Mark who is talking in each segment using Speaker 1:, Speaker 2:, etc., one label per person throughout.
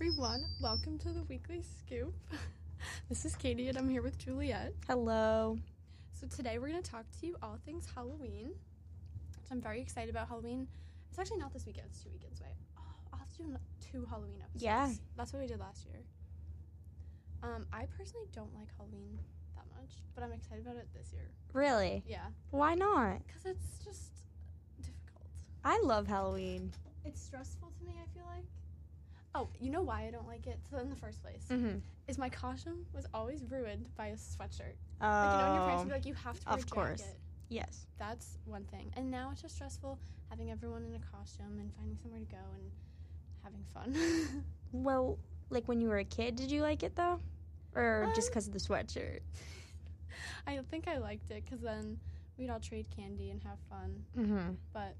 Speaker 1: everyone. Welcome to the weekly scoop. this is Katie, and I'm here with Juliet.
Speaker 2: Hello.
Speaker 1: So today we're going to talk to you all things Halloween, which I'm very excited about. Halloween. It's actually not this weekend. It's two weekends away. Oh, I'll have to do an- two Halloween episodes.
Speaker 2: Yeah.
Speaker 1: that's what we did last year. Um, I personally don't like Halloween that much, but I'm excited about it this year.
Speaker 2: Really?
Speaker 1: Yeah,
Speaker 2: Why not?
Speaker 1: because it's just difficult.
Speaker 2: I love Halloween.
Speaker 1: It's stressful to me. I feel like. Oh, you know why I don't like it So in the first place?
Speaker 2: Mm-hmm.
Speaker 1: is my costume was always ruined by a sweatshirt.
Speaker 2: Oh.
Speaker 1: Like you know, when your parents would be like, "You have to wear
Speaker 2: of
Speaker 1: a
Speaker 2: course.
Speaker 1: jacket."
Speaker 2: yes.
Speaker 1: That's one thing. And now it's just stressful having everyone in a costume and finding somewhere to go and having fun.
Speaker 2: Well, like when you were a kid, did you like it though? Or just
Speaker 1: Um,
Speaker 2: because of the sweatshirt?
Speaker 1: I think I liked it because then we'd all trade candy and have fun,
Speaker 2: Mm-hmm.
Speaker 1: but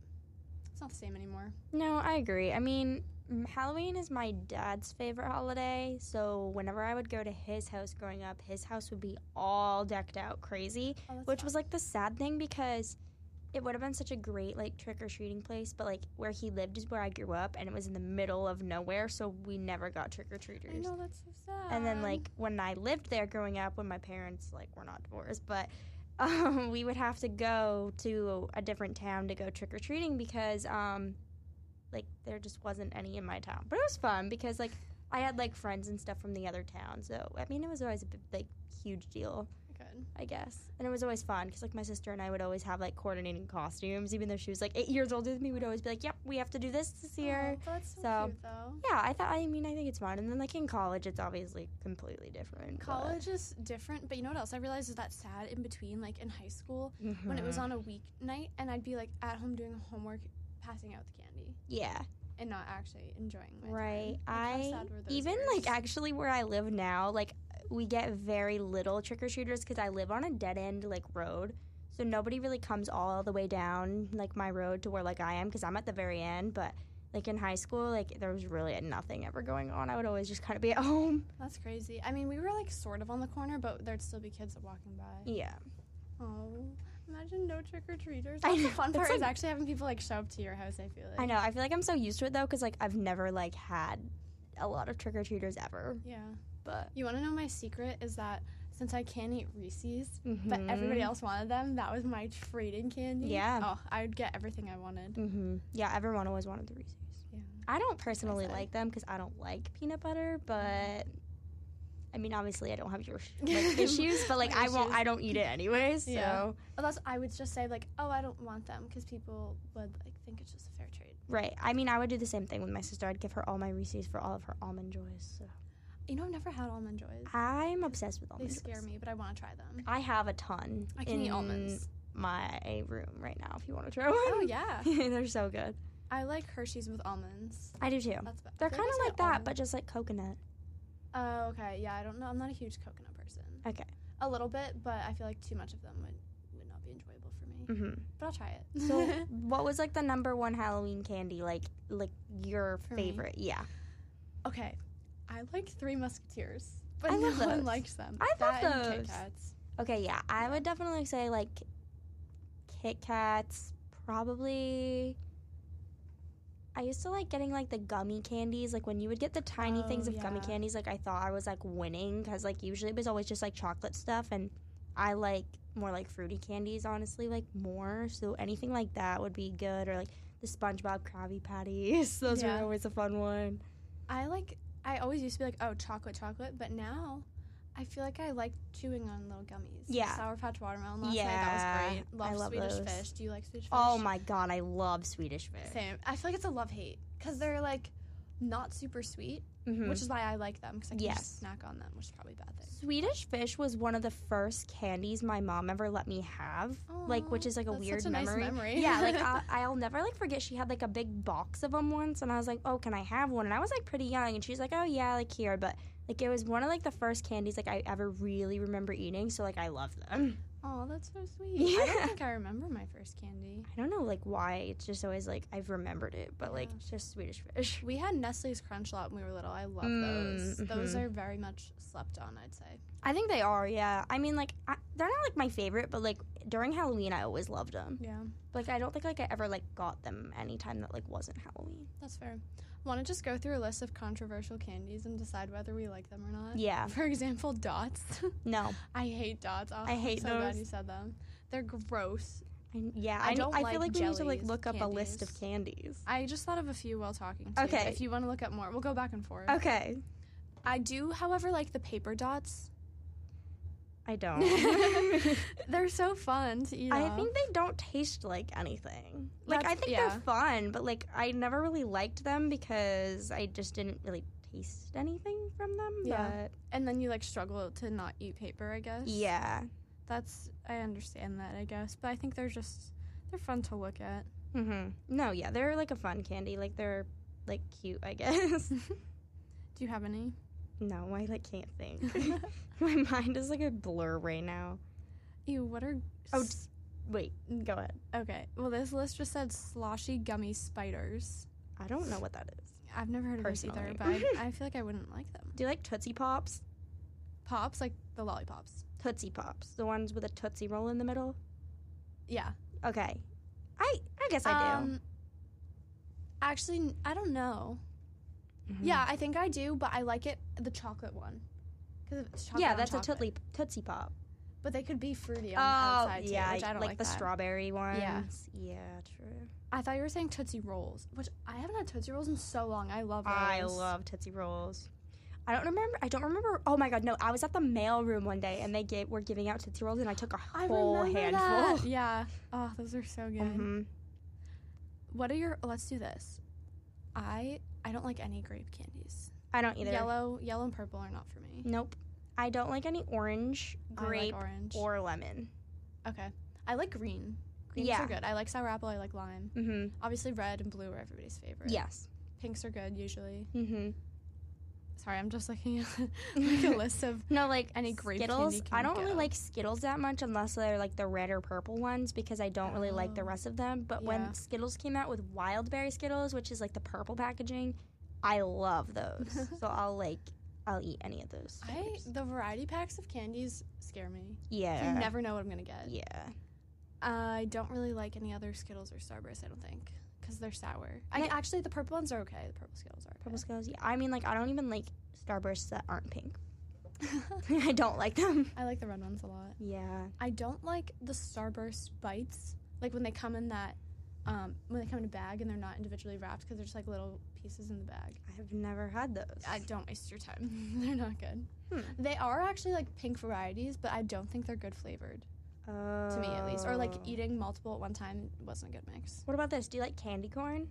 Speaker 1: it's not the same anymore.
Speaker 2: No, I agree. I mean, m- Halloween is my dad's favorite holiday. So whenever I would go to his house growing up, his house would be all decked out crazy.
Speaker 1: Oh, that's
Speaker 2: which
Speaker 1: fun.
Speaker 2: was like the sad thing because it would have been such a great like trick or treating place, but like where he lived is where I grew up, and it was in the middle of nowhere, so we never got trick or
Speaker 1: I
Speaker 2: treaters.
Speaker 1: know that's so sad.
Speaker 2: And then like when I lived there growing up, when my parents like were not divorced, but um, we would have to go to a different town to go trick or treating because um, like there just wasn't any in my town. But it was fun because like I had like friends and stuff from the other town, so I mean it was always a big, like huge deal.
Speaker 1: good.
Speaker 2: I guess. And it was always fun because like my sister and I would always have like coordinating costumes, even though she was like eight years older than me. We'd always be like, "Yep, we have to do this this year."
Speaker 1: Aw, Oh, that's so,
Speaker 2: So,
Speaker 1: cute though.
Speaker 2: Yeah, I thought. I mean, I think it's fun. And then like in college, it's obviously completely different. but-
Speaker 1: College is different, but you know what else I realized is that sad in between, like in high school, when it was
Speaker 2: Mhm.
Speaker 1: on a weeknight and I'd be like at home doing homework, passing out the candy
Speaker 2: Yeah,
Speaker 1: and not actually enjoying my time.
Speaker 2: right.
Speaker 1: Like, how
Speaker 2: I
Speaker 1: sad were those
Speaker 2: even
Speaker 1: years?
Speaker 2: like actually where I live now, like we get very little trick or treaters because I live on a dead end like road. So nobody really comes all the way down like my road to where like I am because I'm at the very end, but. Like in high school, like there was really nothing ever going on. I would always just kind of be at home.
Speaker 1: That's crazy. I mean, we were like sort of on the corner, but there'd still be kids walking by.
Speaker 2: Yeah.
Speaker 1: Oh, imagine no trick or treaters.
Speaker 2: I
Speaker 1: That's the
Speaker 2: know,
Speaker 1: fun
Speaker 2: it's
Speaker 1: part is
Speaker 2: like-
Speaker 1: actually having people like show up to your house. I feel like
Speaker 2: I know. I feel like I'm so used to it though, because like I've never like had a lot of trick or treaters ever.
Speaker 1: Yeah.
Speaker 2: But
Speaker 1: You want to know my secret is that since I can't eat Reese's, but everybody else wanted them, that was my trading candy.
Speaker 2: Mm-hmm. Yeah.
Speaker 1: Oh, I would get everything I wanted.
Speaker 2: hmm Yeah, everyone always wanted the Reese's.
Speaker 1: Mm-hmm. Yeah.
Speaker 2: I don't personally
Speaker 1: said.
Speaker 2: like them because I don't like peanut butter,
Speaker 1: Mm-hmm.
Speaker 2: but. I mean, obviously, I don't have your sh- like, issues, but like,
Speaker 1: My
Speaker 2: I won't.
Speaker 1: issues.
Speaker 2: I don't eat it anyway. So,
Speaker 1: Yeah. Unless I would just say like, oh, I don't want them because people would like think it's just a fair trade.
Speaker 2: right. I mean, I would do the same thing with my sister. I'd give her all my Reese's for all of her almond joys. So.
Speaker 1: You know, I've never had almond joys.
Speaker 2: I'm obsessed with
Speaker 1: They
Speaker 2: almond
Speaker 1: scare
Speaker 2: joys.
Speaker 1: me, but I want to try them.
Speaker 2: I have a ton
Speaker 1: I can eat
Speaker 2: in
Speaker 1: almonds.
Speaker 2: my room right now. If you want to try one,
Speaker 1: Oh yeah,
Speaker 2: they're so good.
Speaker 1: I like Hershey's with almonds.
Speaker 2: I do too.
Speaker 1: That's better.
Speaker 2: They're kind of like that, but just like coconut.
Speaker 1: oh okay, yeah. I don't know. I'm not a huge coconut person.
Speaker 2: Okay.
Speaker 1: A little bit, but I feel like too much of them would would not be enjoyable for me.
Speaker 2: hmm
Speaker 1: But I'll try it.
Speaker 2: So, what was like the number one Halloween candy? Like, like your
Speaker 1: For me?
Speaker 2: favorite? Yeah,
Speaker 1: okay, I like Three Musketeers, but
Speaker 2: I
Speaker 1: no
Speaker 2: love
Speaker 1: one
Speaker 2: those.
Speaker 1: likes them.
Speaker 2: I love
Speaker 1: that and Kit
Speaker 2: those.
Speaker 1: Kats.
Speaker 2: Okay, yeah. I would definitely say like Kit Kats, probably. I used to like getting like the gummy candies. Like when you would get the tiny
Speaker 1: Oh,
Speaker 2: things of gummy
Speaker 1: yeah.
Speaker 2: candies, like I thought I was like winning because like usually it was always just like chocolate stuff, and I like more like fruity candies, honestly, like more. So anything like that would be good, or like the SpongeBob Krabby Patties. Those
Speaker 1: Yeah.
Speaker 2: were always a fun one.
Speaker 1: I like. I always used to be like, oh, chocolate, chocolate, but now. I feel like I like chewing on little gummies.
Speaker 2: Yeah.
Speaker 1: Sour Patch Watermelon last
Speaker 2: Yeah,
Speaker 1: night. That was great. Love,
Speaker 2: I love
Speaker 1: Swedish
Speaker 2: those.
Speaker 1: Fish. Do you like Swedish Fish?
Speaker 2: Oh my god, I love Swedish fish.
Speaker 1: Same. I feel like it's a love hate because they're like not super sweet,
Speaker 2: Mhm.
Speaker 1: which is why I like them because I can
Speaker 2: Yes.
Speaker 1: just snack on them, which is probably a bad thing.
Speaker 2: Swedish fish was one of the first candies my mom ever let me have, like which
Speaker 1: Aw,
Speaker 2: is like a
Speaker 1: that's
Speaker 2: weird
Speaker 1: such a nice
Speaker 2: memory.
Speaker 1: memory.
Speaker 2: yeah, like I, I'll never like forget. She had like a big box of them once, and I was like, "Oh, can I have one?" And I was like pretty young, and she was like, "Oh yeah, like here." But like it was one of like the first candies like I ever really remember eating, so like I love them.
Speaker 1: oh, that's so sweet. I
Speaker 2: Yeah.
Speaker 1: don't think I remember my first candy.
Speaker 2: I don't know like why it's just always like I've remembered it, but like
Speaker 1: Yeah.
Speaker 2: it's just Swedish fish.
Speaker 1: We had Nestle's Crunch Lot when we were little. I love those.
Speaker 2: Mm,
Speaker 1: Those
Speaker 2: mhm.
Speaker 1: are very much slept on, I'd say.
Speaker 2: I think they are. Yeah, I mean like I, they're not like my favorite, but like during Halloween I always loved them.
Speaker 1: Yeah,
Speaker 2: Like I don't think like I ever like got them anytime that like wasn't Halloween.
Speaker 1: that's fair. Want to just go through a list of controversial candies and decide whether we like them or not?
Speaker 2: Yeah.
Speaker 1: For example, dots.
Speaker 2: No.
Speaker 1: I hate dots. Oh,
Speaker 2: I hate
Speaker 1: I'm so
Speaker 2: those.
Speaker 1: glad you said them. They're gross.
Speaker 2: I- yeah.
Speaker 1: I
Speaker 2: I,
Speaker 1: don't
Speaker 2: don't. I
Speaker 1: like
Speaker 2: feel like we need to like
Speaker 1: jellies,
Speaker 2: look up a list of
Speaker 1: candies.
Speaker 2: candies.
Speaker 1: I just thought of a few while talking. To you, but
Speaker 2: Okay.
Speaker 1: If you want to look up more, we'll go back and forth.
Speaker 2: Okay.
Speaker 1: I do, however, like the paper dots.
Speaker 2: I don't.
Speaker 1: They're so fun to eat.
Speaker 2: I
Speaker 1: off.
Speaker 2: think they don't taste like anything. Like I
Speaker 1: That's-
Speaker 2: think
Speaker 1: yeah.
Speaker 2: they're fun, but like I never really liked them because I just didn't really taste anything from them.
Speaker 1: Yeah.
Speaker 2: Yeah.
Speaker 1: And then you like struggle to not eat paper, I guess.
Speaker 2: But yeah.
Speaker 1: That's I understand that, I guess. But I think they're just they're fun to look at. Mm-hmm.
Speaker 2: hmm No, yeah, they're like a fun candy. Like they're like cute, I guess.
Speaker 1: Do you have any?
Speaker 2: no, I like can't think. My mind is like a blur right now.
Speaker 1: Ew, what are
Speaker 2: Oh,
Speaker 1: s-
Speaker 2: Wait, go ahead.
Speaker 1: okay. Well, this list just said sloshy gummy spiders.
Speaker 2: I don't know what that is.
Speaker 1: I've never heard of those either,
Speaker 2: Personally.
Speaker 1: but I, I feel like I wouldn't like them.
Speaker 2: Do you like Tootsie Pops?
Speaker 1: Pops like the lollipops.
Speaker 2: Tootsie Pops, the ones with a Tootsie roll in the middle.
Speaker 1: Yeah,
Speaker 2: Okay, I I guess I
Speaker 1: Um,
Speaker 2: do.
Speaker 1: Actually, n- I don't know.
Speaker 2: Mhm.
Speaker 1: Yeah, I think I do, but I like it the chocolate one. Because it's chocolate.
Speaker 2: yeah,
Speaker 1: on
Speaker 2: that's a
Speaker 1: chocolate.
Speaker 2: Tootsie Tootsie Pop.
Speaker 1: But they could be fruity on the outside too,
Speaker 2: yeah,
Speaker 1: which I don't
Speaker 2: like,
Speaker 1: like,
Speaker 2: the
Speaker 1: that.
Speaker 2: strawberry ones.
Speaker 1: Yeah.
Speaker 2: yeah, true.
Speaker 1: I thought you were saying Tootsie Rolls, which I haven't had Tootsie Rolls in so long. I love rolls.
Speaker 2: I love Tootsie Rolls. I don't remember. I don't remember. Oh my god, no! I was at the mail room one day, and they gave, were giving out Tootsie Rolls, and I took a
Speaker 1: I
Speaker 2: whole
Speaker 1: remember
Speaker 2: handful.
Speaker 1: That. Yeah. Oh, those are so good.
Speaker 2: Mhm.
Speaker 1: What are your? Let's do this. I I don't like any grape candies.
Speaker 2: I don't either.
Speaker 1: Yellow, yellow and purple are not for me.
Speaker 2: Nope. I don't like any orange, grape,
Speaker 1: I like orange.
Speaker 2: or lemon.
Speaker 1: okay. I like green. Greens
Speaker 2: Yeah.
Speaker 1: are good. I like sour apple. I like lime.
Speaker 2: Mm-hmm.
Speaker 1: Obviously, red and blue are everybody's favorite.
Speaker 2: Yes.
Speaker 1: Pinks are good usually.
Speaker 2: Mm-hmm.
Speaker 1: Sorry, I'm just looking at like a list of.
Speaker 2: No, like
Speaker 1: Any grape
Speaker 2: Skittles.
Speaker 1: candy
Speaker 2: I
Speaker 1: can
Speaker 2: don't really
Speaker 1: go.
Speaker 2: like Skittles that much unless they're like the red or purple ones because I don't really like the
Speaker 1: Oh.
Speaker 2: rest of them. But when
Speaker 1: Yeah.
Speaker 2: Skittles came out with wild berry Skittles, which is like the purple packaging, I love those. so I'll like I'll eat any of those.
Speaker 1: I
Speaker 2: flavors.
Speaker 1: the variety packs of candies scare me.
Speaker 2: yeah
Speaker 1: You never know what I'm gonna get. Uh,
Speaker 2: yeah
Speaker 1: I don't really like any other Skittles or Starburst. I don't think because they're sour. I,
Speaker 2: Yeah.
Speaker 1: actually the purple ones are okay. The purple Skittles are
Speaker 2: purple Skittles. Yeah, I mean like I don't even like Starbursts that aren't pink. I don't like them.
Speaker 1: I like the red ones a lot.
Speaker 2: Yeah.
Speaker 1: I don't like the Starburst bites, like when they come in that, um, when they come in a bag and they're not individually wrapped because they're just like little pieces in the bag.
Speaker 2: I have never had those.
Speaker 1: I don't waste your time. they're not good.
Speaker 2: Hmm.
Speaker 1: They are actually like pink varieties, but I don't think they're good flavored to me at least. Or like
Speaker 2: Oh.
Speaker 1: eating multiple at one time wasn't a good mix.
Speaker 2: What about this? Do you like candy corn?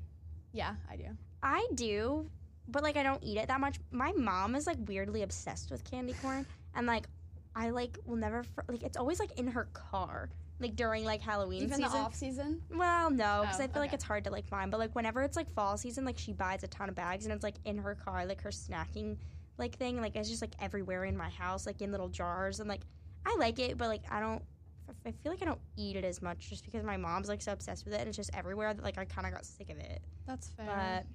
Speaker 1: Yeah, I do.
Speaker 2: I do, but like I don't eat it that much. My mom is like weirdly obsessed with candy corn, and like I like will never fr- like it's always like in her car, like during like Halloween
Speaker 1: Even the
Speaker 2: season.
Speaker 1: off season.
Speaker 2: well, no, because
Speaker 1: Oh,
Speaker 2: I feel like
Speaker 1: okay.
Speaker 2: it's hard to like find. But like whenever it's like fall season, like she buys a ton of bags, and it's like in her car, like her snacking like thing. Like it's just like everywhere in my house, like in little jars, and like I like it, but like I don't. I- I feel like I don't eat it as much just because my mom's like so obsessed with it and it's just everywhere that like I kind of got sick of it.
Speaker 1: That's fair.
Speaker 2: But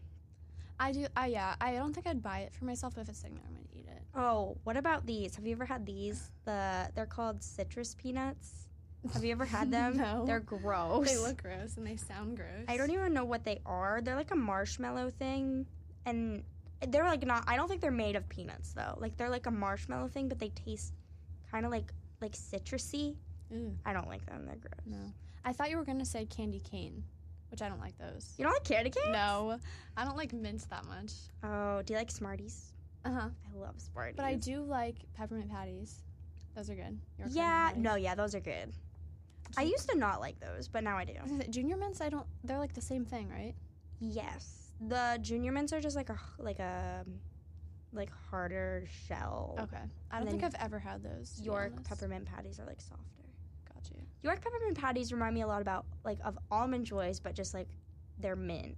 Speaker 1: I do. I yeah. I don't think I'd buy it for myself, but if it's sitting there, I'm gonna eat it.
Speaker 2: Oh, what about these? Have you ever had these? The they're called citrus peanuts. Have you ever had them?
Speaker 1: No.
Speaker 2: They're gross.
Speaker 1: They look gross and they sound gross.
Speaker 2: I don't e- even know what they are. They're like a marshmallow thing and they're like not I don't think they're made of peanuts though. Like they're like a marshmallow thing but they taste kind of like like citrusy.
Speaker 1: Ew.
Speaker 2: I don't like them. They're gross.
Speaker 1: No. I thought you were gonna say candy cane, which I don't like those.
Speaker 2: You don't like candy canes?
Speaker 1: No, I don't like mints that much.
Speaker 2: Oh, do you like Smarties?
Speaker 1: Uh huh.
Speaker 2: I love Smarties.
Speaker 1: But I do like peppermint patties. Those are good. York
Speaker 2: Yeah,
Speaker 1: peppermint
Speaker 2: no, yeah, those are good. I used to not like those, but now I do.
Speaker 1: patties. Junior mints, I don't. They're like the same thing, right?
Speaker 2: Yes, the junior mints are just like a like a like harder shell.
Speaker 1: Okay. I
Speaker 2: Oh. And
Speaker 1: don't think
Speaker 2: then
Speaker 1: I've ever had those. to Oh, be
Speaker 2: York
Speaker 1: honest.
Speaker 2: peppermint patties are like softer.
Speaker 1: Got you.
Speaker 2: York peppermint patties remind me a lot about like of almond joys, but just like they're mint.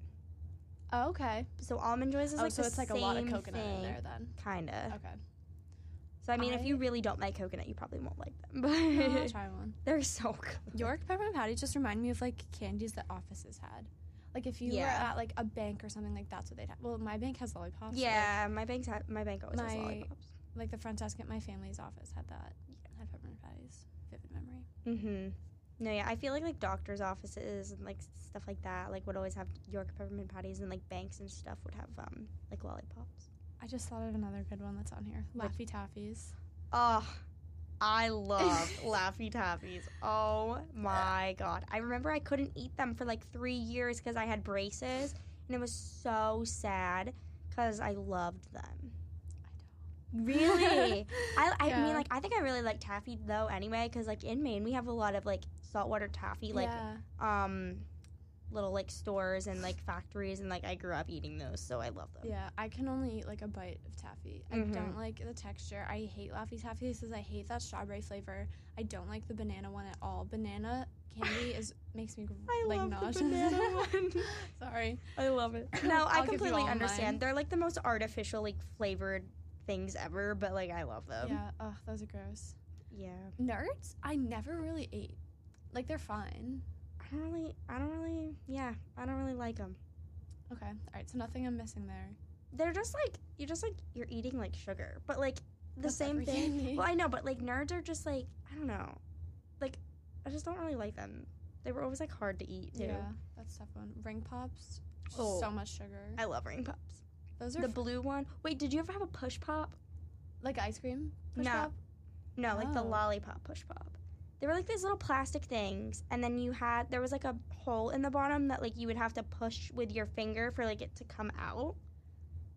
Speaker 1: Oh, okay.
Speaker 2: So almond joys is
Speaker 1: oh,
Speaker 2: like
Speaker 1: so
Speaker 2: the
Speaker 1: it's like a lot of
Speaker 2: same
Speaker 1: coconut in
Speaker 2: thing,
Speaker 1: there then.
Speaker 2: kinda.
Speaker 1: Okay.
Speaker 2: So I mean,
Speaker 1: I-
Speaker 2: if you really don't like coconut, you probably won't like them.
Speaker 1: Oh, I'll
Speaker 2: But
Speaker 1: try one.
Speaker 2: they're so good.
Speaker 1: York peppermint patties just remind me of like candies that offices had. Like if you were
Speaker 2: Yeah.
Speaker 1: at like a bank or something, like that's what they'd have. Well, my bank has lollipops. so,
Speaker 2: Yeah, my bank's ha- my bank always has
Speaker 1: My-
Speaker 2: lollipops.
Speaker 1: Like, like the front desk at my family's office had that. Had peppermint patties. Vivid memory.
Speaker 2: Mm-hmm. No, yeah, I feel like like doctors' offices and like stuff like that, like would always have York peppermint patties, and like banks and stuff would have um like lollipops.
Speaker 1: I just thought of another good one that's on here.
Speaker 2: What?
Speaker 1: Laffy Taffies.
Speaker 2: Oh, I love Laffy Taffies. Oh my god, I remember I couldn't eat them for like three years because I had braces, and it was so sad because I loved them.
Speaker 1: I
Speaker 2: Really. I, I
Speaker 1: Yeah.
Speaker 2: mean, like, I think I really like taffy though, anyway, because like in Maine we have a lot of like saltwater taffy, like
Speaker 1: yeah.
Speaker 2: um, little like stores and like factories, and like I grew up eating those, so I love them.
Speaker 1: Yeah, I can only eat like a bite of taffy.
Speaker 2: Mhm.
Speaker 1: I don't like the texture. I hate Laffy Taffy because I hate that strawberry flavor. I don't like the banana one at all. Banana candy is makes me gr-
Speaker 2: I
Speaker 1: like
Speaker 2: love the
Speaker 1: nauseous.
Speaker 2: banana one.
Speaker 1: Sorry.
Speaker 2: I love it. No,
Speaker 1: I'll
Speaker 2: I
Speaker 1: give you
Speaker 2: completely
Speaker 1: all
Speaker 2: understand.
Speaker 1: mine.
Speaker 2: They're like the most artificial, like flavored things ever, but like I love them.
Speaker 1: yeah. Oh, those are gross.
Speaker 2: Yeah.
Speaker 1: Nerds, I never really ate. Like they're fine.
Speaker 2: I don't really, I don't really, yeah, I don't really like them.
Speaker 1: Okay. All right. So nothing I'm missing there.
Speaker 2: They're just like you're just like you're eating like sugar, but like the
Speaker 1: That's
Speaker 2: same
Speaker 1: everything
Speaker 2: thing.
Speaker 1: you eat.
Speaker 2: Well, I know, but like nerds are just like I don't know, like I just don't really like them. They were always like hard to eat too.
Speaker 1: Yeah, that's a tough one. Ring pops, just
Speaker 2: Oh.
Speaker 1: so much sugar.
Speaker 2: I love ring pops.
Speaker 1: Those are
Speaker 2: The
Speaker 1: f-
Speaker 2: blue one. Wait, did you ever have a push pop?
Speaker 1: like ice cream. Push
Speaker 2: No.
Speaker 1: pop?
Speaker 2: No, like the
Speaker 1: Oh.
Speaker 2: lollipop push pop. They were like these little plastic things, and then you had there was like a hole in the bottom that like you would have to push with your finger for like it to come out,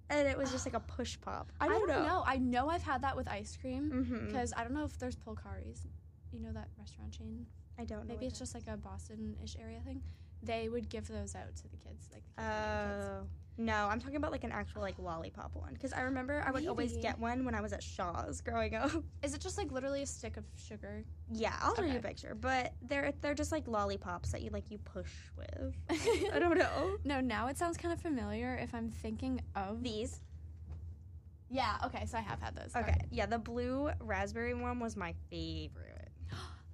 Speaker 2: and it was just like a push pop. I don't, know.
Speaker 1: I know I've had that with ice cream
Speaker 2: hmm
Speaker 1: because I don't know if there's Pulcari's. You know that restaurant chain?
Speaker 2: I don't know.
Speaker 1: Maybe
Speaker 2: what
Speaker 1: it's
Speaker 2: that-
Speaker 1: just like a Boston-ish area thing. They would give those out to the kids, like the
Speaker 2: Oh
Speaker 1: kids. and the kids.
Speaker 2: no, I'm talking about like an actual like lollipop one because I remember I would always
Speaker 1: Maybe.
Speaker 2: get one when I was at Shaw's growing up.
Speaker 1: Is it just like literally a stick of sugar?
Speaker 2: yeah, I'll show you a
Speaker 1: Okay.
Speaker 2: picture, but they're they're just like lollipops that you like you push with. I don't know
Speaker 1: no, now it sounds kind of familiar if I'm thinking of.
Speaker 2: these.
Speaker 1: yeah. Okay. So I have had those.
Speaker 2: Okay, yeah, the blue raspberry one was my favorite.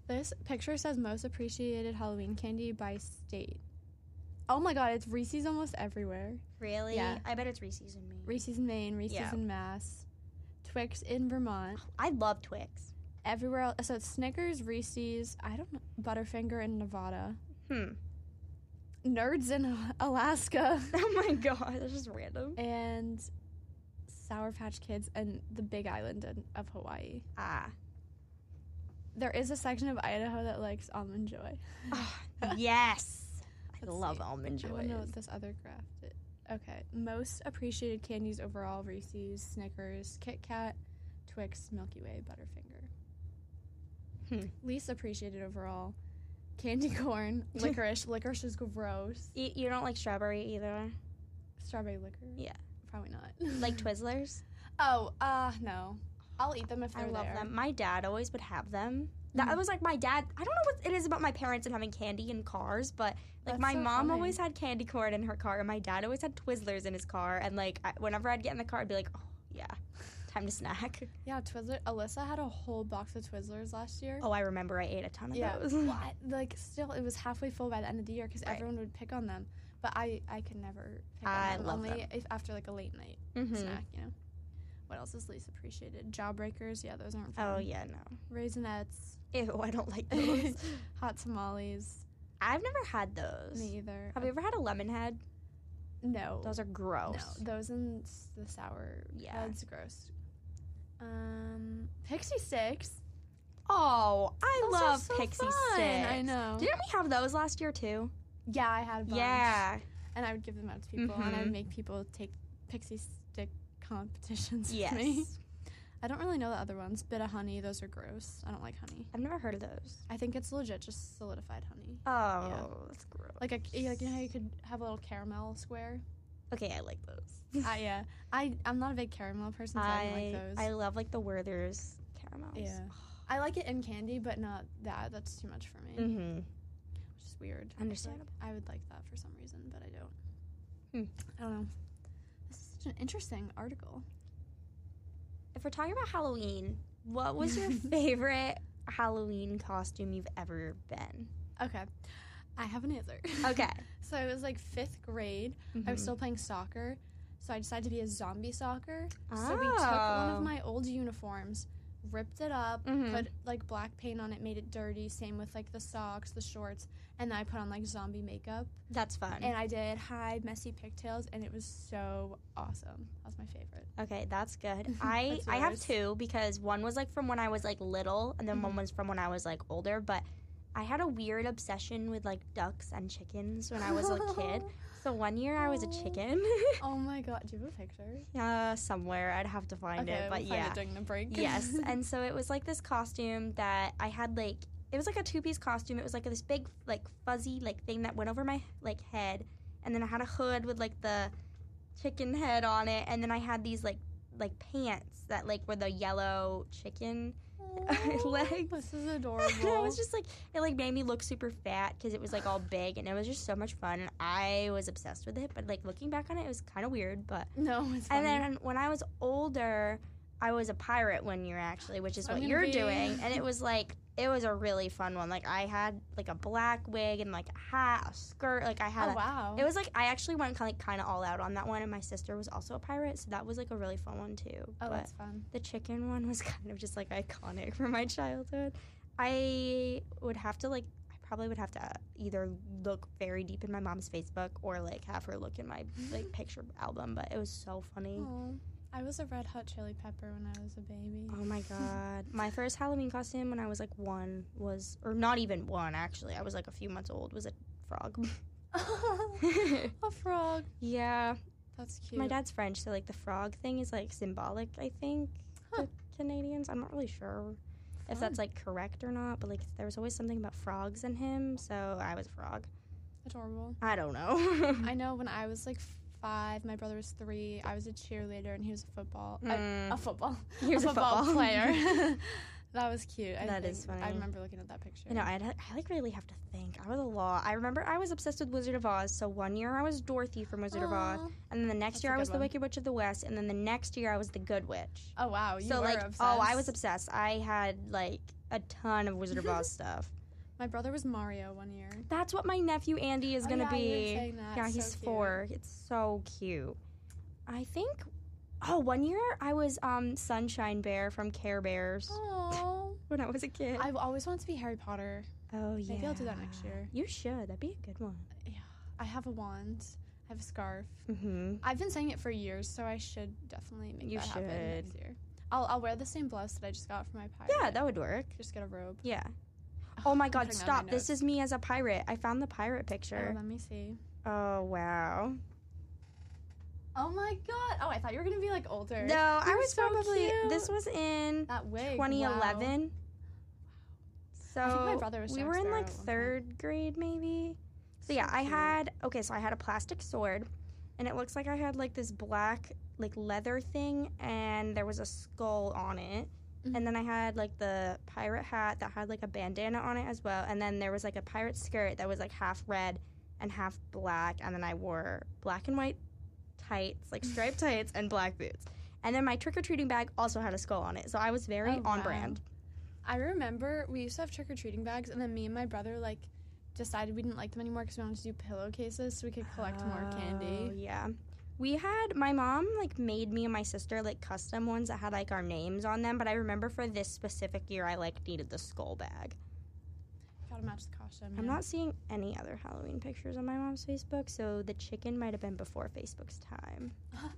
Speaker 1: This picture says most appreciated Halloween candy by state. Oh my god, it's Reese's almost everywhere.
Speaker 2: Really?
Speaker 1: Yeah.
Speaker 2: I bet it's Reese's and me.
Speaker 1: Reese's in Maine, Reese's
Speaker 2: Yeah.
Speaker 1: in Mass, Twix in Vermont,
Speaker 2: I love Twix.
Speaker 1: everywhere else. So it's Snickers, Reese's, I don't know, Butterfinger in Nevada,
Speaker 2: Hmm.
Speaker 1: Nerds in Alaska,
Speaker 2: Oh my god, that's just random.
Speaker 1: and Sour Patch Kids and the Big Island in- of Hawaii.
Speaker 2: Ah.
Speaker 1: There is a section of Idaho that likes almond joy.
Speaker 2: Ah. yes. I
Speaker 1: Let's
Speaker 2: love
Speaker 1: see.
Speaker 2: almond
Speaker 1: I don't know
Speaker 2: joys.
Speaker 1: what this other graph did. Okay. Most appreciated candies overall Reese's, Snickers, Kit Kat, Twix, Milky Way, Butterfinger.
Speaker 2: Hmm.
Speaker 1: Least appreciated overall candy corn, licorice. licorice is gross.
Speaker 2: You, you don't like strawberry either?
Speaker 1: Strawberry liquor?
Speaker 2: Yeah.
Speaker 1: Probably not.
Speaker 2: Like Twizzlers?
Speaker 1: Oh, uh, no. I'll eat them if
Speaker 2: I
Speaker 1: they're
Speaker 2: love
Speaker 1: there.
Speaker 2: them. My dad always would have them. That
Speaker 1: Mhm.
Speaker 2: was like my dad. I don't know what it is about my parents and having candy in cars, but like
Speaker 1: That's
Speaker 2: my
Speaker 1: so
Speaker 2: mom
Speaker 1: funny.
Speaker 2: always had candy corn in her car, and my dad always had Twizzlers in his car. And like I, whenever I'd get in the car, I'd be like, oh yeah, time to snack.
Speaker 1: Yeah, Twizzler. Alyssa had a whole box of Twizzlers last year.
Speaker 2: Oh, I remember I ate a ton of
Speaker 1: Yeah,
Speaker 2: those.
Speaker 1: I, like still, it was halfway full by the end of the year because
Speaker 2: Right.
Speaker 1: everyone would pick on them. But I, I could never pick on
Speaker 2: I
Speaker 1: them
Speaker 2: love
Speaker 1: only
Speaker 2: them.
Speaker 1: If, after like a late night
Speaker 2: Mhm.
Speaker 1: snack, you know. What else is least appreciated? Jawbreakers, yeah, those aren't. Fun.
Speaker 2: Oh yeah, no.
Speaker 1: Raisinets,
Speaker 2: Ew, I don't like those.
Speaker 1: hot tamales.
Speaker 2: I've never had those.
Speaker 1: Me either.
Speaker 2: Have you ever had a lemon head?
Speaker 1: no,
Speaker 2: Those are gross.
Speaker 1: no, those and s- the sour.
Speaker 2: Yeah.
Speaker 1: that's gross. Um, pixie sticks.
Speaker 2: Oh, I
Speaker 1: Those are
Speaker 2: love
Speaker 1: so
Speaker 2: pixie
Speaker 1: fun,
Speaker 2: sticks.
Speaker 1: I know.
Speaker 2: Didn't we have those last year too?
Speaker 1: Yeah, I had a bunch.
Speaker 2: Yeah.
Speaker 1: and I would give them out to people, and I
Speaker 2: Mhm.
Speaker 1: would make people take pixie stick competitions with
Speaker 2: Yes.
Speaker 1: me. I don't really know the other ones. Bit of honey, those are gross. I don't like honey.
Speaker 2: I've never heard of those.
Speaker 1: I think it's legit just solidified honey.
Speaker 2: Oh, that's gross.
Speaker 1: Like a you- like you know how you could have a little caramel square.
Speaker 2: okay, I like those.
Speaker 1: I yeah. I I'm not a big caramel person, so I, don't like those.
Speaker 2: I love like the Werther's caramels.
Speaker 1: yeah. I like it in candy, but not that. That's too much for me,
Speaker 2: Mm-hmm.
Speaker 1: which is weird. I feel like
Speaker 2: Understandable.
Speaker 1: I would like that for some reason, but I don't.
Speaker 2: Hmm.
Speaker 1: I don't know. This is such an interesting article.
Speaker 2: If we're talking about Halloween, what was your favorite Halloween costume you've ever been?
Speaker 1: Okay. I have an answer.
Speaker 2: Okay.
Speaker 1: So it was like fifth grade. I
Speaker 2: Mm-hmm.
Speaker 1: was still playing soccer. So I decided to be a zombie soccer. So we took one
Speaker 2: Oh.
Speaker 1: of my old uniforms, ripped it up,
Speaker 2: Mhm.
Speaker 1: put like black paint on it, made it dirty. Same with like the socks, the shorts, and then I put on like zombie makeup
Speaker 2: That's fun.
Speaker 1: and I did high messy pigtails, and it was so awesome. That was my favorite.
Speaker 2: Okay, that's good. I
Speaker 1: That's
Speaker 2: I have
Speaker 1: yours. Mm-hmm.
Speaker 2: two because one was like from when I was like little, and then one was from when I was like older. But I had a weird obsession with like ducks and chickens when I was a kid. So one year I was a
Speaker 1: Aw.
Speaker 2: chicken.
Speaker 1: oh my god, do you have a picture?
Speaker 2: uh, somewhere I'd have to find
Speaker 1: okay,
Speaker 2: it, but
Speaker 1: we'll
Speaker 2: yeah.
Speaker 1: find it during the break.
Speaker 2: yes, and so it was like this costume that I had like it was like a two-piece costume. It was like this big like fuzzy like thing that went over my like head, and then I had a hood with like the chicken head on it, and then I had these like like pants that like were the yellow chicken
Speaker 1: Aw,
Speaker 2: legs.
Speaker 1: This is
Speaker 2: and I
Speaker 1: adorable.
Speaker 2: was just like, it like made me look super fat because it was like all big and it was just so much fun. And I was obsessed with it. But like looking back on it, it was kind of weird. But
Speaker 1: no, it's funny.
Speaker 2: and then when I was older, I was a pirate one year actually, which is
Speaker 1: I'm
Speaker 2: what
Speaker 1: gonna
Speaker 2: you're
Speaker 1: be-
Speaker 2: doing. And it was like it was a really fun one. Like I had like a black wig and like a hat, a skirt. Like I had.
Speaker 1: oh
Speaker 2: a-
Speaker 1: wow,
Speaker 2: It was like I actually went kind of, kind of all out on that one, and my sister was also a pirate, so that was like a really fun one too.
Speaker 1: oh
Speaker 2: but
Speaker 1: that's fun.
Speaker 2: the chicken one was kind of just like iconic for my childhood. I would have to like I probably would have to either look very deep in my mom's Facebook or like have her look in my like picture album, but it was so funny.
Speaker 1: Aw, I was a Red Hot Chili Pepper when I was a baby.
Speaker 2: Oh my god. My first Halloween costume when I was like 1 was or not even 1 actually. I was like a few months old was a frog.
Speaker 1: a frog.
Speaker 2: yeah.
Speaker 1: That's cute.
Speaker 2: My dad's French, so like the frog thing is like symbolic, I think.
Speaker 1: Huh.
Speaker 2: to Canadians, I'm not really sure if that's like correct or not, but like there was always something about frogs in him, so I was a frog.
Speaker 1: adorable.
Speaker 2: I don't know.
Speaker 1: I know when I was like five, my brother was three. I was a cheerleader and he was a football. a-
Speaker 2: Mm.
Speaker 1: a football.
Speaker 2: He was
Speaker 1: a football, player. that was cute. I
Speaker 2: That is
Speaker 1: think- I
Speaker 2: funny.
Speaker 1: remember looking at that picture.
Speaker 2: No, I, had- I like really have to think. I was a lot. I remember I was obsessed with Wizard of Oz. So one year I was Dorothy from Wizard of Oz,
Speaker 1: Aw.
Speaker 2: and then the next
Speaker 1: That's a
Speaker 2: year I
Speaker 1: good
Speaker 2: was the
Speaker 1: one.
Speaker 2: Wicked Witch of the West, and then the next year I was the Good Witch.
Speaker 1: Oh wow, you
Speaker 2: so
Speaker 1: were
Speaker 2: like,
Speaker 1: obsessed.
Speaker 2: oh, I was obsessed. I had like a ton of Wizard of Oz stuff.
Speaker 1: My brother was Mario one year.
Speaker 2: That's what my nephew Andy is
Speaker 1: Oh,
Speaker 2: gonna
Speaker 1: yeah,
Speaker 2: be.
Speaker 1: you were saying that.
Speaker 2: yeah,
Speaker 1: So
Speaker 2: he's
Speaker 1: cute.
Speaker 2: four. It's so cute. I think. Oh, one year I was um Sunshine Bear from Care Bears
Speaker 1: Oh. Aw.
Speaker 2: when I was a kid.
Speaker 1: I've always wanted to be Harry Potter.
Speaker 2: oh yeah.
Speaker 1: maybe I'll do that next year.
Speaker 2: You should. That'd be a good one.
Speaker 1: I have a wand. I have a scarf.
Speaker 2: Mm-hmm.
Speaker 1: I've been saying it for years, so I should definitely make
Speaker 2: You
Speaker 1: that happen next year. I'll, I'll wear the same blouse that I just got for my pirate.
Speaker 2: Yeah, that would work.
Speaker 1: just get a robe.
Speaker 2: Yeah. Oh my
Speaker 1: I'm
Speaker 2: God!
Speaker 1: putting that in my
Speaker 2: Stop. This is me as a pirate. I found the pirate
Speaker 1: Oh,
Speaker 2: picture.
Speaker 1: let me see.
Speaker 2: Oh wow.
Speaker 1: Oh my god! Oh, I thought you were gonna be like older.
Speaker 2: No, I
Speaker 1: You're
Speaker 2: was
Speaker 1: so
Speaker 2: probably.
Speaker 1: cute.
Speaker 2: This was in
Speaker 1: That wig.
Speaker 2: 2011. So
Speaker 1: I think my brother was
Speaker 2: we
Speaker 1: Jack
Speaker 2: were in
Speaker 1: Sparrow
Speaker 2: like
Speaker 1: at one point.
Speaker 2: third grade maybe. So yeah, I had okay, so I had a plastic sword and it looks like I had like this black like leather thing and there was a skull on it.
Speaker 1: Mhm.
Speaker 2: And then I had like the pirate hat that had like a bandana on it as well. And then there was like a pirate skirt that was like half red and half black. And then I wore black and white tights, like striped tights and black boots. And then my trick or treating bag also had a skull on it. So I was very
Speaker 1: Oh,
Speaker 2: on
Speaker 1: wow.
Speaker 2: brand.
Speaker 1: I remember we used to have trick or treating bags, and then me and my brother like decided we didn't like them anymore because we wanted to do pillowcases so we could collect more
Speaker 2: Oh,
Speaker 1: candy.
Speaker 2: Yeah. We had my mom like made me and my sister like custom ones that had like our names on them, but I remember for this specific year I like needed the skull bag.
Speaker 1: Gotta match the costume.
Speaker 2: I'm
Speaker 1: yeah.
Speaker 2: not seeing any other Halloween pictures on my mom's Facebook, so the chicken might have been before Facebook's time.
Speaker 1: No,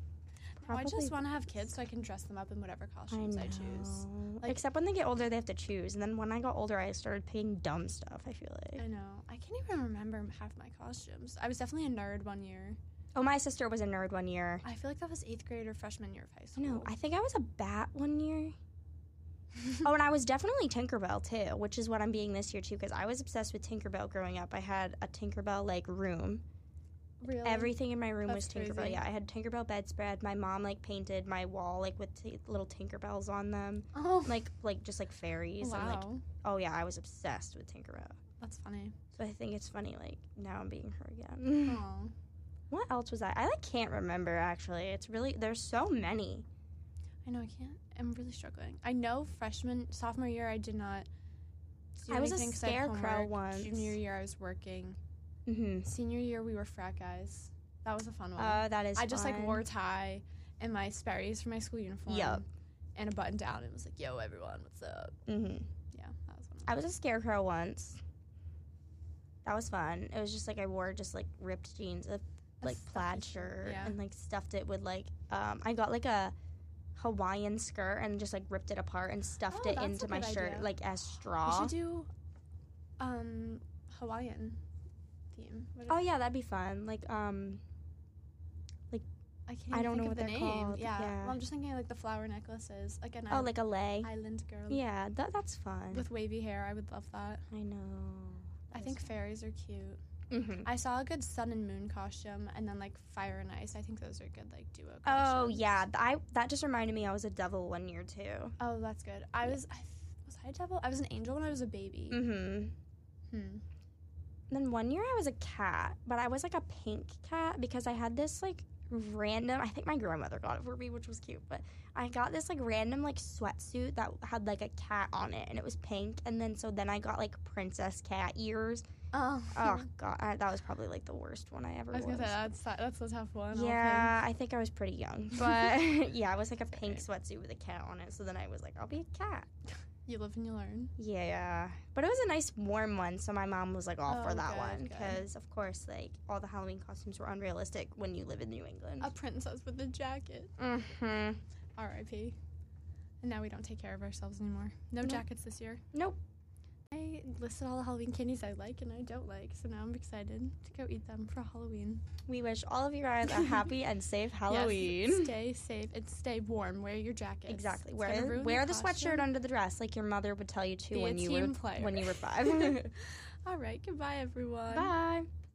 Speaker 1: Oh, I just want to have kids so I can dress them up in whatever costumes I, choose.
Speaker 2: know.
Speaker 1: Like-
Speaker 2: Except when they get older, they have to choose. And then when I got older, I started picking dumb stuff. I feel like.
Speaker 1: I know. I can't even remember half my costumes. I was definitely a nerd one year.
Speaker 2: Oh, my sister was a nerd one year.
Speaker 1: I feel like that was eighth grade or freshman year of high
Speaker 2: I
Speaker 1: school.
Speaker 2: know. I think I was a bat one year. Oh, and I was definitely Tinkerbell too, which is what I'm being this year too, because I was obsessed with Tinkerbell growing up. I had a Tinkerbell like room.
Speaker 1: really?
Speaker 2: Everything in my room
Speaker 1: Oh, That's
Speaker 2: was Tinkerbell.
Speaker 1: crazy.
Speaker 2: Yeah, I had Tinkerbell bedspread. My mom like painted my wall like with t- little Tinkerbells on them,
Speaker 1: Oh,
Speaker 2: like like just like fairies.
Speaker 1: wow.
Speaker 2: And, like, oh yeah, I was obsessed with Tinkerbell.
Speaker 1: That's funny.
Speaker 2: So I think it's funny like now I'm being her again.
Speaker 1: Oh.
Speaker 2: what else was that? I like can't remember actually. It's really there's so many.
Speaker 1: I know I can't. I'm really struggling. I know freshman, sophomore year, I did not. Do
Speaker 2: I was a
Speaker 1: anything 'cause I had
Speaker 2: scarecrow
Speaker 1: homework.
Speaker 2: once.
Speaker 1: Junior year, I was working.
Speaker 2: Mm-hmm.
Speaker 1: Senior year, we were frat guys. That was a fun one.
Speaker 2: Uh, that is.
Speaker 1: Oh. I just like
Speaker 2: fun.
Speaker 1: wore a tie and my Sperry's for my school uniform.
Speaker 2: Yup.
Speaker 1: and a button down and was like, "Yo, everyone, what's up?"
Speaker 2: Mm-hmm.
Speaker 1: Yeah, that was one. Of
Speaker 2: I was a scarecrow once. That was fun. It was just like I wore just like ripped jeans, a like
Speaker 1: stuffy
Speaker 2: plaid
Speaker 1: shirt,
Speaker 2: shirt,
Speaker 1: yeah.
Speaker 2: and like stuffed it with like um I got like a Hawaiian skirt and just like ripped it apart and stuffed
Speaker 1: Oh,
Speaker 2: it
Speaker 1: that's a
Speaker 2: into my
Speaker 1: good
Speaker 2: shirt
Speaker 1: idea.
Speaker 2: like as
Speaker 1: we
Speaker 2: straw.
Speaker 1: should do um Hawaiian theme. What
Speaker 2: oh yeah, that'd be fun. Like um
Speaker 1: I can't.
Speaker 2: I
Speaker 1: even
Speaker 2: don't
Speaker 1: think
Speaker 2: know
Speaker 1: of
Speaker 2: what
Speaker 1: the
Speaker 2: they're
Speaker 1: name.
Speaker 2: called.
Speaker 1: Yeah.
Speaker 2: Yeah.
Speaker 1: Well, I'm just thinking like the flower necklaces. Like an
Speaker 2: oh
Speaker 1: isl-
Speaker 2: like a lay.
Speaker 1: island girl
Speaker 2: Yeah, that that's fun.
Speaker 1: with wavy hair. I would love that.
Speaker 2: I know.
Speaker 1: I think fairies are cute.
Speaker 2: Mm-hmm.
Speaker 1: I saw a good sun and moon costume, and then like fire and ice. I think those are good like duo.
Speaker 2: Oh
Speaker 1: costumes.
Speaker 2: yeah, th- I that just reminded me I was a devil one year too.
Speaker 1: Oh, that's good. I
Speaker 2: Yeah.
Speaker 1: was I, f- was I a devil? I was an angel when I was a baby.
Speaker 2: Mm-hmm.
Speaker 1: Hmm.
Speaker 2: then one year I was a cat, but I was like a pink cat because I had this like random. I think my grandmother got it for me, which was cute. But I got this like random like sweatsuit that had like a cat on it, and it was pink. And then so then I got like princess cat ears.
Speaker 1: Oh,
Speaker 2: Oh god, I, that was probably like the worst one I ever
Speaker 1: I was
Speaker 2: was.
Speaker 1: gonna say that's ti- that's a tough one. I'll think.
Speaker 2: yeah, I think I was pretty young, but yeah, it was like a pink sweatsuit with a cat on it. So then I was like, I'll be a cat.
Speaker 1: you live and you learn.
Speaker 2: Yeah, but it was a nice warm one, so my mom was like all
Speaker 1: Oh,
Speaker 2: for that
Speaker 1: good,
Speaker 2: one
Speaker 1: good.
Speaker 2: because, of course, like all the Halloween costumes were unrealistic when you live in New England.
Speaker 1: A princess with a jacket.
Speaker 2: Mm-hmm.
Speaker 1: R.I.P. And now we don't take care of ourselves anymore. No
Speaker 2: No.
Speaker 1: jackets this year.
Speaker 2: Nope.
Speaker 1: I listed all the Halloween candies I like and I don't like, so now I'm excited to go eat them for Halloween.
Speaker 2: We wish all of you guys a happy and safe
Speaker 1: Yes,
Speaker 2: Halloween.
Speaker 1: stay safe and stay warm. Wear your jacket.
Speaker 2: Exactly. Wear wear the sweatshirt under the dress, like your mother would tell you to
Speaker 1: Be a
Speaker 2: when you
Speaker 1: team
Speaker 2: were
Speaker 1: player.
Speaker 2: when you were five.
Speaker 1: All right. Goodbye, everyone.
Speaker 2: Bye.